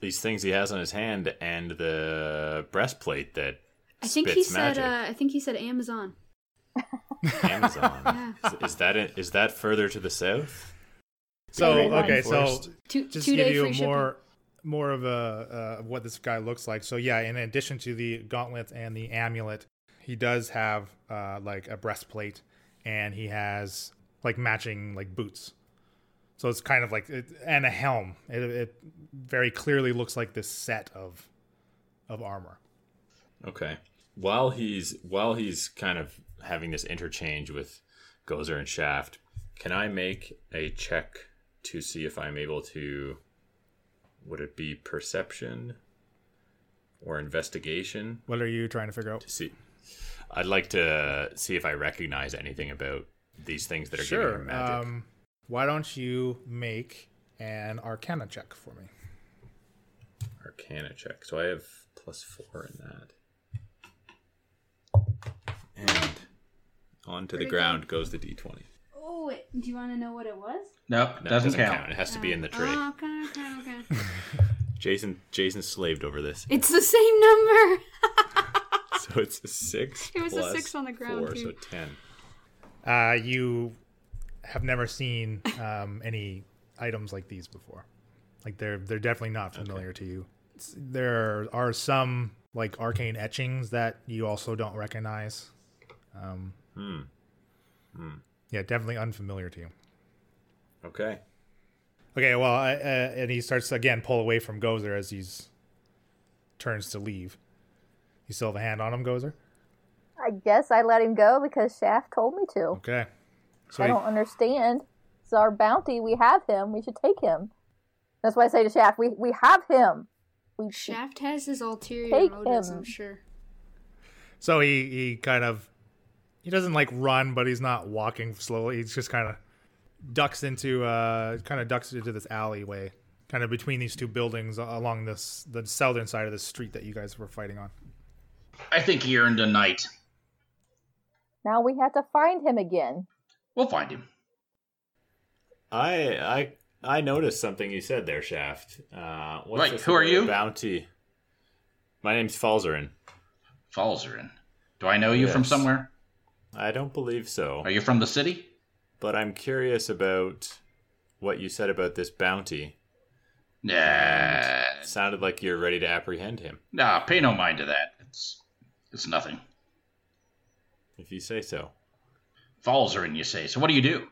G: these things he has on his hand and the breastplate that
E: I think he
G: spits
E: said.
G: magic.
E: Uh, I think he said Amazon.
G: Amazon. is, is that it? Is that further to the south?
A: So,
E: Red Lion
A: okay, so
G: Forest.
E: Two,
A: just
E: two
A: give
E: day
A: you
E: free
A: a
E: shipping.
A: more more of a uh, of what this guy looks like. So yeah, in addition to the gauntlet and the amulet, he does have uh, like a breastplate, and he has like matching like boots. So it's kind of like it, and a helm. It, it very clearly looks like this set of of armor.
G: Okay. While he's while he's kind of having this interchange with Gozer and Shaft, can I make a check to see if I'm able to would it be perception or investigation
A: What are you trying to figure out?
G: to see I'd like to see if I recognize anything about these things that are giving her magic.
A: Um, why don't you make an Arcana check for me?
G: Arcana check. So I have plus four in that. And onto
E: Pretty
G: the ground goes the d20.
E: Oh, wait, do you want to know what it was?
D: Nope,
G: No, it
D: doesn't, count.
G: It has to be in the tray.
E: Oh, okay, okay, okay.
G: Jason Jason slaved over this.
E: it's the same number.
G: So it's a six.
E: It was a
G: plus
E: six on the ground,
G: Four,
E: too.
G: so ten.
A: Uh, you have never seen um, any items like these before. Like they're they're definitely not familiar to you. It's- there are some like arcane etchings that you also don't recognize. Um, Yeah, definitely unfamiliar to you.
G: Okay.
A: Okay, well, I, uh, and he starts to, again pull away from Gozer as he's turns to leave. You still have a hand on him, Gozer?
F: I guess I let him go because Shaft told me to.
A: Okay. So
F: I
A: he-
F: don't understand. It's our bounty. We have him. We should take him. That's why I say to Shaft, we we have him. We
E: Shaft has his ulterior
F: Take
E: motives,
F: him.
E: I'm sure.
A: So he he kind of he doesn't like run, but he's not walking slowly. He's just kind of ducks into uh kind of ducks into this alleyway, kind of between these two buildings along this the southern side of the street that you guys were fighting on.
D: I think he earned a night.
F: now we have to find him again.
D: We'll find him.
G: I I I noticed something you said there, Shaft. Uh, what's
D: Right,
G: this
D: who are
G: about
D: you?
G: Bounty. My name's Falzarin.
D: Falls are in. Do I know you from
G: Yes.
D: somewhere?
G: I don't believe so,
D: Are you from the city?
G: but I'm curious about what you said about this bounty.
D: Nah.
G: Sounded like you're ready to apprehend him,
D: Nah, pay no mind to that. It's it's nothing.
G: if you say so.
D: Falls are in, you say. So what do you do?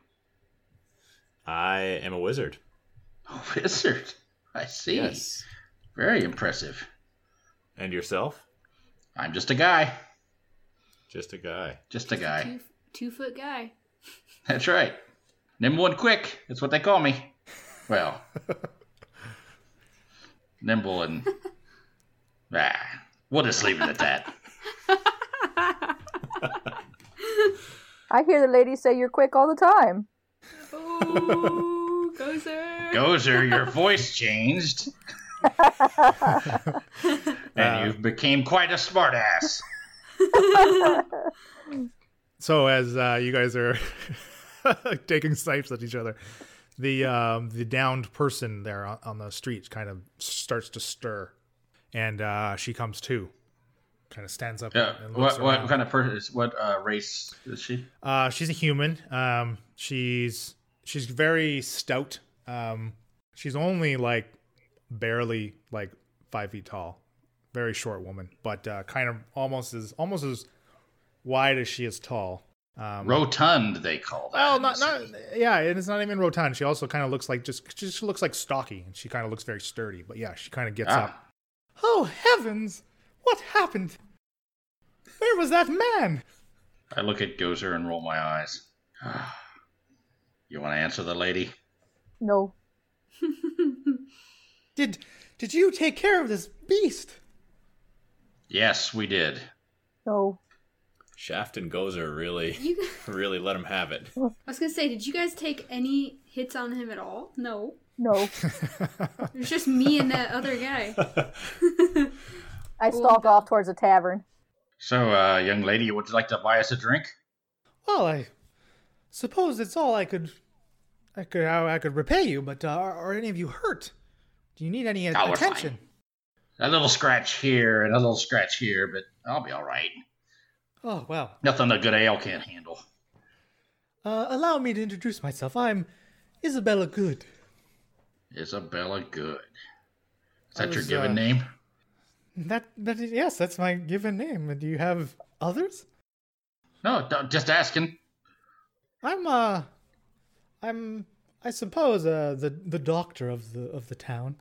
G: I am a wizard.
D: Oh, wizard. I see.
G: Yes.
D: Very impressive.
G: And yourself?
D: I'm just a guy.
G: Just a guy.
D: Just a guy.
E: Two, two foot guy.
D: That's right. Nimble and quick. That's what they call me. Well, nimble and. Ah, we'll just leave it at that.
F: I hear the ladies say you're quick all the time.
E: Oh, Gozer.
D: Gozer, your voice changed. and
A: Uh,
D: you became quite a smartass.
A: So as uh, you guys are taking snipes at each other, the um, the downed person there on, on the street kind of starts to stir, and uh, she comes to, kind of stands up.
D: Yeah.
A: and looks
D: Uh, What, what
A: around.
D: kind of person? is- What uh, race is she?
A: Uh, she's a human. Um, she's she's very stout. Um, she's only like barely like five feet tall. Very short woman, but uh, kind of almost as almost as wide as she is tall. Um,
D: Rotund, they call that.
A: well, not not yeah, and it's not even rotund. She also kind of looks like just she just looks like stocky, and she kind of looks very sturdy. But yeah, she kind of gets
D: Ah.
A: up. Oh heavens! What happened? Where was that man?
D: I look at Gozer and roll my eyes. you want to answer the lady?
F: No,
A: Did did you take care of this beast?
D: Yes, we did.
F: no.
G: Shaft and Gozer really,
E: You guys,
G: really let him have it.
E: I was gonna say, did you guys take any hits on him at all? No,
F: No,
E: it was just me and that other guy.
F: I stalk off towards the tavern.
D: So, uh, young lady, would you like to buy us a drink?
A: Well, I suppose it's all I could, I could, I, I could repay you. But uh, are, are any of you hurt? Do you need any
D: No, Oh, we're fine.
A: attention?
D: A little scratch here and a little scratch here, but I'll be all right.
A: Oh well.
D: Nothing a good ale can't handle.
A: Uh, allow me to introduce myself. I'm Isabella Good.
D: Isabella Good. Is
A: I
D: that your
A: was,
D: given
A: uh,
D: name?
A: That, that is, yes, that's my given name. And Do you have others?
D: No, d- just asking.
A: I'm uh, I'm I suppose uh the the doctor of the of the town.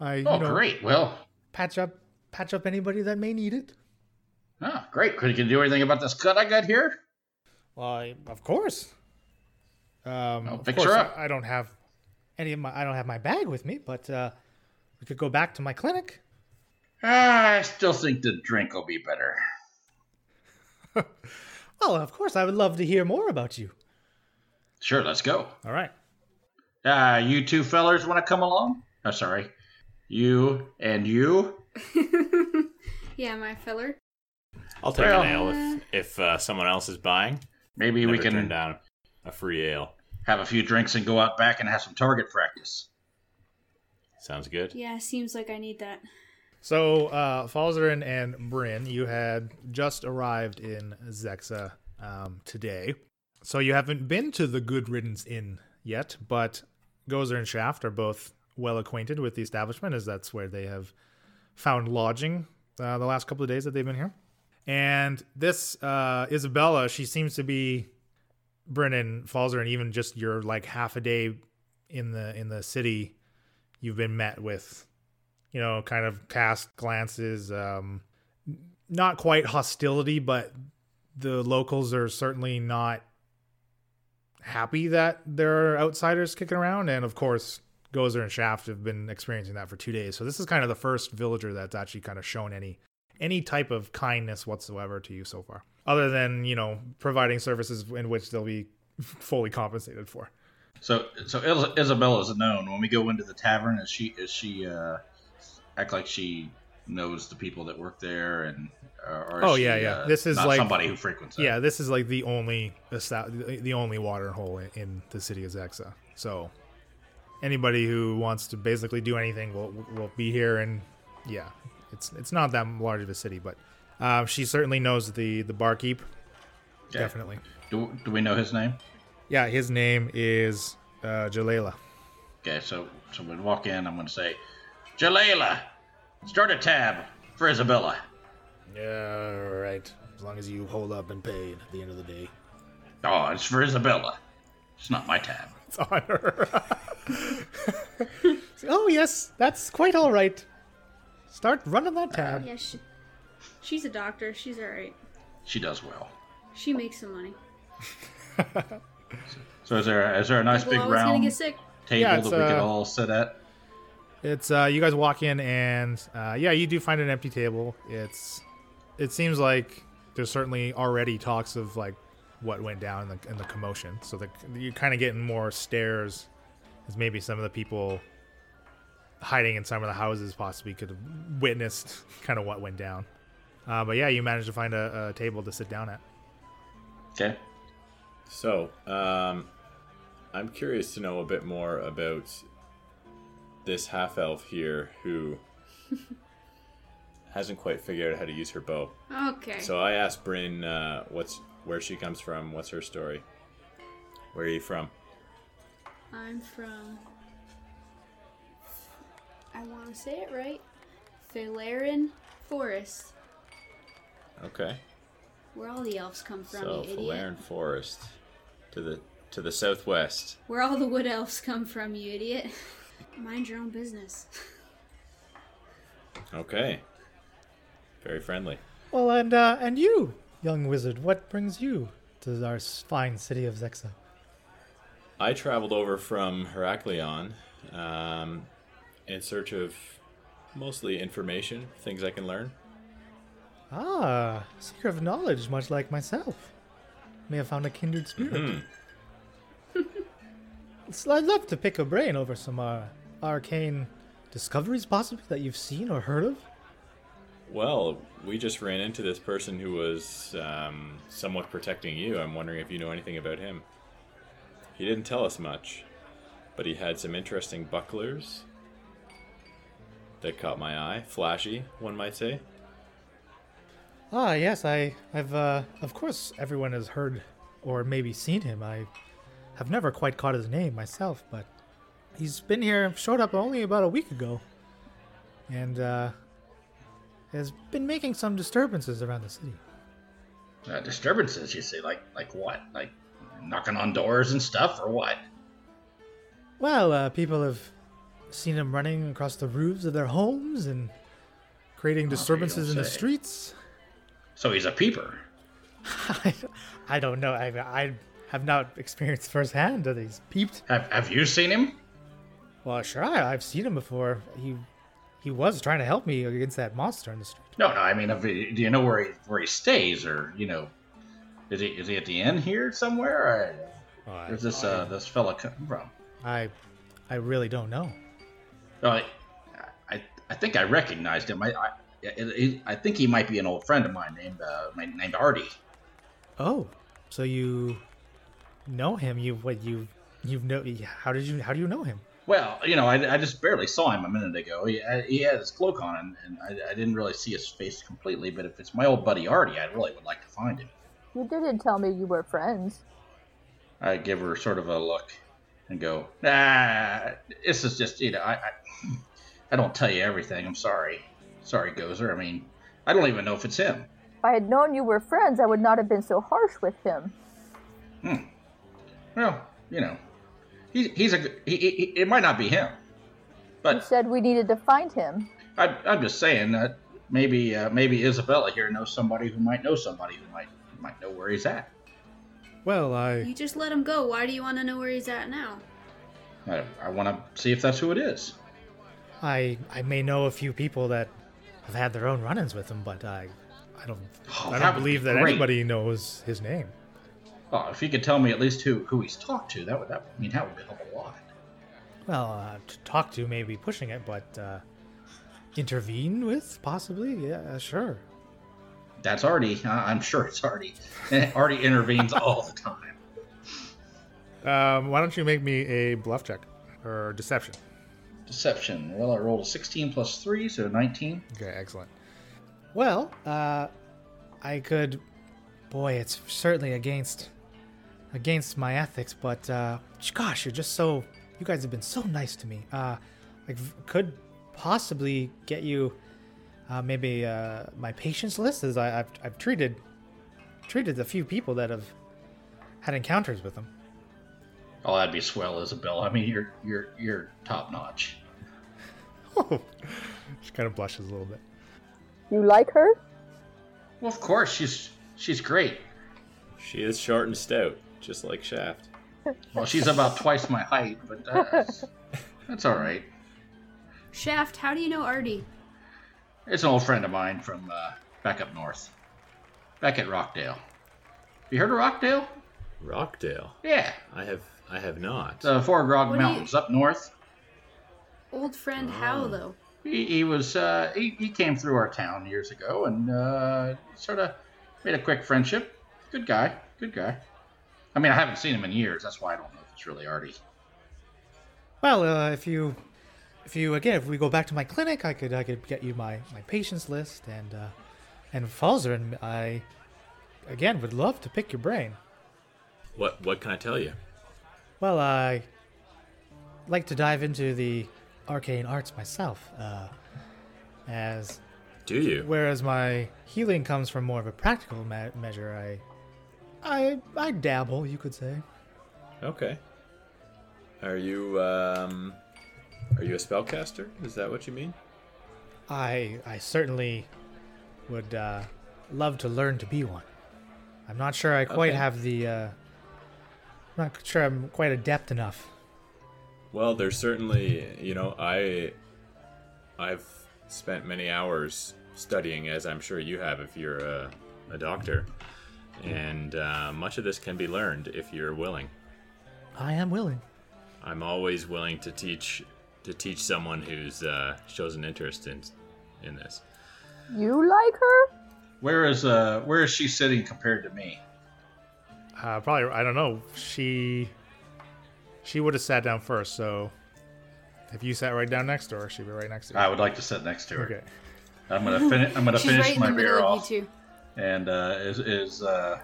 A: I you
D: Oh,
A: know,
D: great. Well,
A: patch up patch up anybody that may need it.
D: oh, great. Could you do anything about this cut I got here?
A: Well, of course. Um,
D: I'll
A: of
D: fix
A: course,
D: her up.
A: I, I don't have any of my. I don't have my bag with me, but uh, we could go back to my clinic.
D: Ah, I still think the drink will be better.
A: Well, Oh, of course, I would love to hear more about you.
D: Sure, let's go.
A: All right.
D: Uh, you two fellers want to come along? Oh, sorry. You and you?
E: yeah, my feller.
C: I'll take
D: Well-
C: an ale if if uh, someone else is buying.
D: Maybe we
C: Never turn
D: can
C: down a free ale.
D: have a few drinks and go out back and have some target practice.
C: Sounds good.
E: Yeah, seems like I need that.
A: So, uh, Falzarin and Bryn, you had just arrived in Zexa um, today. So, you haven't been to the Good Riddance Inn yet, but Gozer and Shaft are both well acquainted with the establishment, as that's where they have found lodging uh, the last couple of days that they've been here. And this uh, Isabella, she seems to be Bryn and Falzarin, even just your like half a day in the in the city, you've been met with you know, kind of cast glances. Um, not quite hostility, but the locals are certainly not happy that there are outsiders kicking around. And of course, Gozer and Shaft have been experiencing that for two days. So this is kind of the first villager that's actually kind of shown any any type of kindness whatsoever to you so far, other than you know providing services in which they'll be fully compensated for.
D: So, so Is- Isabella's known. When we go into the tavern, is she is she uh, act like she knows the people that work there and? Uh, or is
A: Oh,
D: she,
A: yeah, yeah.
D: uh,
A: This is
D: not
A: like-
D: somebody who frequents it.
A: Yeah, this is like the only esta- the only water hole in, in the city of Zexa. So anybody who wants to basically do anything will will be here, and yeah, it's it's not that large of a city, but um, she certainly knows the the barkeep.
D: Okay.
A: Definitely.
D: Do, do we know his name?
A: Yeah, his name is uh, Jalela.
D: Okay, so so when we walk in, I'm going to say, Jalela, start a tab for Isabella.
A: Yeah, right. As long as you hold up and pay at the end of the day,
D: Oh, it's for Isabella. It's not my tab.
A: it's on her. oh yes, that's quite all right. Start running that tab.
E: Yeah, she, she's a doctor. She's all right.
D: She does well.
E: She makes some money.
D: So is there is there a nice
E: People
D: big
E: always gonna
D: round
E: get sick.
D: table
A: Yeah,
D: that
A: it's,
D: we could
A: uh,
D: all sit at?
A: It's uh, you guys walk in and uh, yeah, you do find an empty table. It's it seems like there's certainly already talks of like what went down in the, in the commotion. So the, you're kind of getting more stares as maybe some of the people hiding in some of the houses possibly could have witnessed kind of what went down. Uh, but yeah, you managed to find a, a table to sit down at.
D: Okay.
G: So, um, I'm curious to know a bit more about this half elf here who hasn't quite figured out how to use her bow.
E: Okay.
G: So I asked Bryn, uh, what's where she comes from, what's her story, where are you from?
E: I'm from. I want to say it right. Falarin Forest,
G: Okay,
E: where all the elves come from,
G: so
E: you idiot.
G: Falaran Forest to the to the southwest.
E: Where all the wood elves come from, you idiot. Mind your own business.
G: Okay, very friendly.
A: Well, and uh, and you, young wizard, what brings you to our fine city of Zexa?
G: I traveled over from Heraklion um, in search of mostly information, things I can learn.
A: Ah, seeker of knowledge, much like myself. May have found a kindred spirit. So I'd love to pick a brain over some uh, arcane discoveries, possibly, that you've seen or heard of.
G: Well, we just ran into this person who was um, somewhat protecting you. I'm wondering if you know anything about him. He didn't tell us much, but he had some interesting bucklers that caught my eye. Flashy, one might say.
A: Ah, yes, I, I've, uh, of course, everyone has heard or maybe seen him. I have never quite caught his name myself, but he's been here, showed up only about a week ago, and uh, has been making some disturbances around the city.
D: Uh, disturbances, you say? Like like what? Like knocking on doors and stuff, or what?
A: Well, uh, people have seen him running across the roofs of their homes and creating disturbances in the
D: say.
A: streets.
D: So he's a peeper.
A: I, I don't know. I, I have not experienced firsthand that he's peeped.
D: Have Have you seen him?
A: Well, sure, I, I've seen him before. He he was trying to help me against that monster in the street.
D: No, no. I mean, have you- do you know where he where he stays, or you know, is he is he at the inn here somewhere? Or where's this uh this fella come from?
A: I I really don't know.
D: Oh, I, I I think I recognized him. I, I Yeah, it, it, I think he might be an old friend of mine named uh, my, named Artie.
A: Oh, so you know him? You what you you've know? How did you how do you know him?
D: Well, you know, I, I just barely saw him a minute ago. He, I, he had his cloak on, and, and I, I didn't really see his face completely. But if it's my old buddy Artie, I really would like to find him.
F: You didn't tell me you were friends.
D: I give her sort of a look and go, Nah, this is just you know, I, I, I don't tell you everything. I'm sorry, sorry, Gozer. I mean, I don't even know if it's him.
F: If I had known you were friends, I would not have been so harsh with him.
D: Hmm. Well, you know, he's he's a g- he, he, he- It might not be him,
F: You
D: but
F: said we needed to find him.
D: I, I'm just saying that maybe uh, maybe Isabella here knows somebody who might know somebody who might might know where he's at.
A: Well, I
E: You just let him go. Why do you want to know where he's at now?
D: I, I want to see if that's who it is.
A: I I may know a few people that have had their own run-ins with him, but I I don't
D: Oh,
A: I
D: that
A: don't
D: would
A: believe
D: be
A: that
D: great.
A: anybody knows his name.
D: Oh, if you could tell me at least who who he's talked to, that would that would- I mean that would help a lot.
A: Well, uh, to talk to may be pushing it, but uh, intervene with possibly? Yeah, sure.
D: That's Artie. I- I'm sure it's Artie. Artie intervenes all the time.
A: Um, why don't you make me a bluff check or deception?
D: Deception. Well, I rolled a 16 plus 3, so 19.
A: Okay, excellent. Well, uh, I could. Boy, it's certainly against against my ethics, but uh, gosh, you're just so. You guys have been so nice to me. Uh, I v- could possibly get you uh, maybe uh, my patients list, as I, I've, I've treated treated a few people that have had encounters with them.
D: Oh, that'd be swell, Isabel. I mean, you're you're you're top notch.
A: Oh, she kind of blushes a little bit.
F: You like her?
D: Well, of course, she's she's great.
G: She is short and stout, just like Shaft.
D: Well, she's about twice my height, but that's, that's all right.
E: Shaft, how do you know Artie?
D: It's an old friend of mine from uh, back up north, back at Rockdale. You heard of Rockdale?
G: Rockdale.
D: Yeah,
G: I have I have not.
D: the Four Grog
E: What do you-
D: Mountains up north.
E: Old friend, how
G: Oh.
E: though?
D: He, he was uh, he, he came through our town years ago and uh, sort of made a quick friendship. Good guy, good guy. I mean, I haven't seen him in years. That's why I don't know if it's really Artie.
A: Well, uh, if you, if you again, if we go back to my clinic, I could I could get you my my patients list and uh, and Falzer and I, again, would love to pick your brain.
G: What what can I tell you?
A: Well, I like to dive into the arcane arts myself, uh, as
G: Do you?
A: whereas my healing comes from more of a practical me- measure. I, I I dabble, you could say.
G: Okay. Are you um are you a spellcaster? Is that what you mean?
A: I I certainly would uh, love to learn to be one. I'm not sure I quite
G: Okay.
A: have the. Uh, I'm not sure I'm quite adept enough.
G: Well, there's certainly, you know, I I've spent many hours studying as I'm sure you have if you're a, a doctor. And uh, much of this can be learned if you're willing.
A: I am willing.
G: I'm always willing to teach to teach someone who's uh, shows an interest in in this.
F: You like her?
D: Where is uh where is she sitting compared to me?
A: Uh, probably I don't know. She she would have sat down first. So if you sat right down next to her, she'd be right next to you.
D: I would like to sit next to her. I'm gonna finish. I'm gonna
E: She's
D: finish
E: right in
D: my
E: the
D: beer
E: middle
D: off.
E: of you two.
D: And uh, is is uh,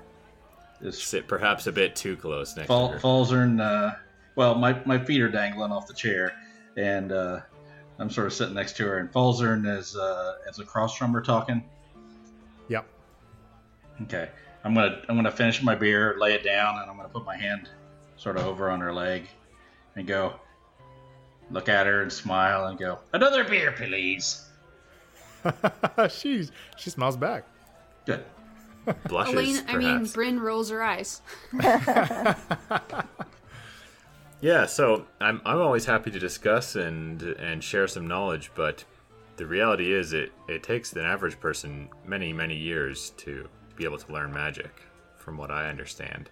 D: is
G: Sit perhaps a bit too close next
D: Fal-
G: to her.
D: Falzern? Uh, well, my, my feet are dangling off the chair, and uh, I'm sort of sitting next to her. And Falzern is uh, is across from her talking.
A: Yep.
D: Okay, I'm gonna I'm gonna finish my beer, lay it down, and I'm gonna put my hand sort of over on her leg, and go look at her and smile and go another beer, please.
A: she she smiles back.
D: Good.
G: Blushes,
E: Elaine, I mean,
G: perhaps.
E: Bryn rolls her eyes.
G: Yeah, so I'm I'm always happy to discuss and and share some knowledge, but the reality is it it takes an average person many many years to be able to learn magic, from what I understand.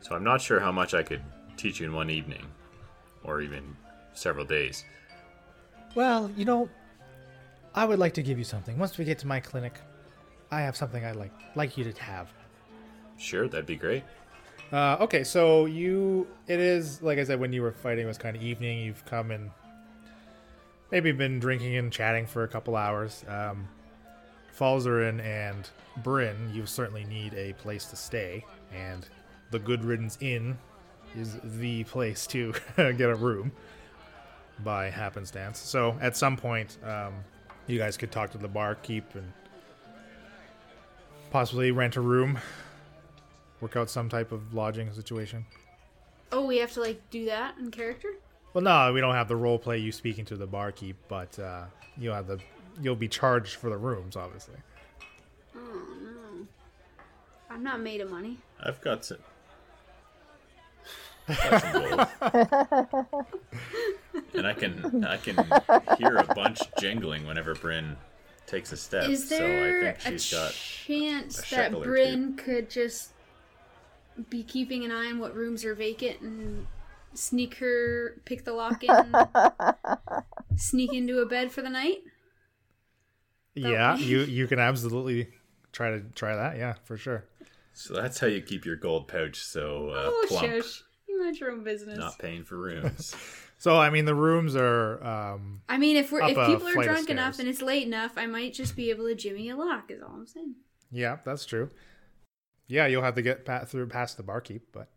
G: So I'm not sure how much I could teach you in one evening, or even several days.
A: Well, you know, I would like to give you something. Once we get to my clinic, I have something I'd like like you to have.
G: Sure, that'd be great.
A: Uh, okay, so you it is like I said when you were fighting it was kind of evening. You've come and maybe been drinking and chatting for a couple hours. Um, Falzarin and Bryn, you certainly need a place to stay, and the Good Riddance Inn is the place to get a room by happenstance. So at some point, um, you guys could talk to the barkeep and possibly rent a room, work out some type of lodging situation.
E: Oh, we have to like do that in character.
A: Well, no, we don't have the role play you speaking to the barkeep, but uh, you'll have the you'll be charged for the rooms, obviously.
E: Oh no, I'm not made of money.
G: I've got some. and I can I can hear a bunch jingling whenever Bryn takes a step.
E: Is
G: so I
E: there
G: think she's
E: a
G: got
E: chance
G: a
E: that
G: shekel or
E: Bryn could just be keeping an eye on what rooms are vacant and sneak her, pick the lock in, sneak into a bed for the night?
A: Yeah, you you can absolutely try to try that. Yeah, for sure.
G: So that's how you keep your gold pouch so uh,
E: oh,
G: plump,
E: shush! You mind your own business.
G: not paying for rooms.
A: So I mean, the rooms are um,
E: I mean, if we're
A: Up
E: if
A: a
E: people are
A: flight of
E: drunk enough
A: stairs.
E: and it's late enough, I might just be able to jimmy a lock. Is all I'm saying.
A: yeah, that's true. Yeah, you'll have to get pa- through past the barkeep, but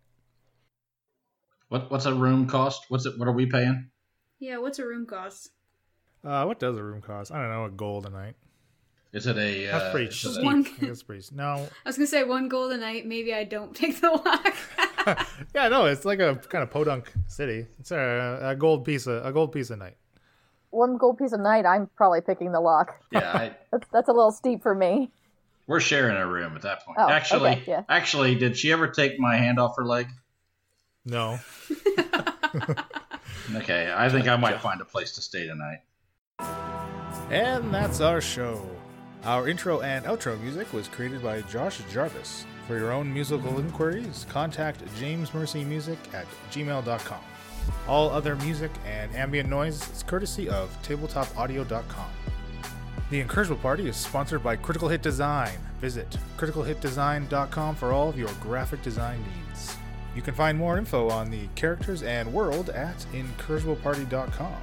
D: What what's a room cost? What's it? What are we paying?
E: Yeah, what's a room cost?
A: uh, what does a room cost? I don't know, a gold a night.
D: Is it a?
A: That's
D: uh,
A: pretty
D: is
A: steep.
D: it a-
E: cheap. One-
A: I think That's pretty. s- No,
E: I was gonna say one gold a night. Maybe I don't pick the lock.
A: yeah, no, it's like a kind of podunk city. It's a, a gold piece, a, a gold piece a night.
F: One gold piece a night, I'm probably picking the lock.
D: yeah, I,
F: That's, that's a little steep for me.
D: we're sharing a room at that point.
F: Oh,
D: actually,
F: okay, yeah.
D: actually, did she ever take my hand off her leg?
A: No,
D: Okay, I think I might find a place to stay tonight.
A: And that's our show. Our intro and outro music was created by Josh Jarvis. For your own musical inquiries, contact jamesmercymusic at gmail.com. All other music and ambient noise is courtesy of tabletopaudio.com. The Incursible Party is sponsored by Critical Hit Design. Visit criticalhitdesign.com for all of your graphic design needs. You can find more info on the characters and world at incursibleparty.com.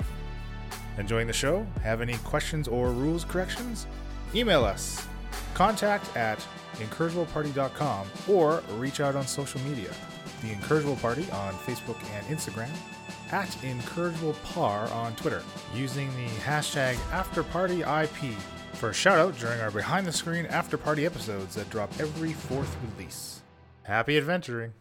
A: Enjoying the show? Have any questions or rules corrections? Email us contact at incursibleparty.com or reach out on social media. The Incursible Party on Facebook and Instagram, at IncursiblePar on Twitter, using the hashtag AfterPartyIP for a shout out during our behind the screen after party episodes that drop every fourth release. Happy adventuring!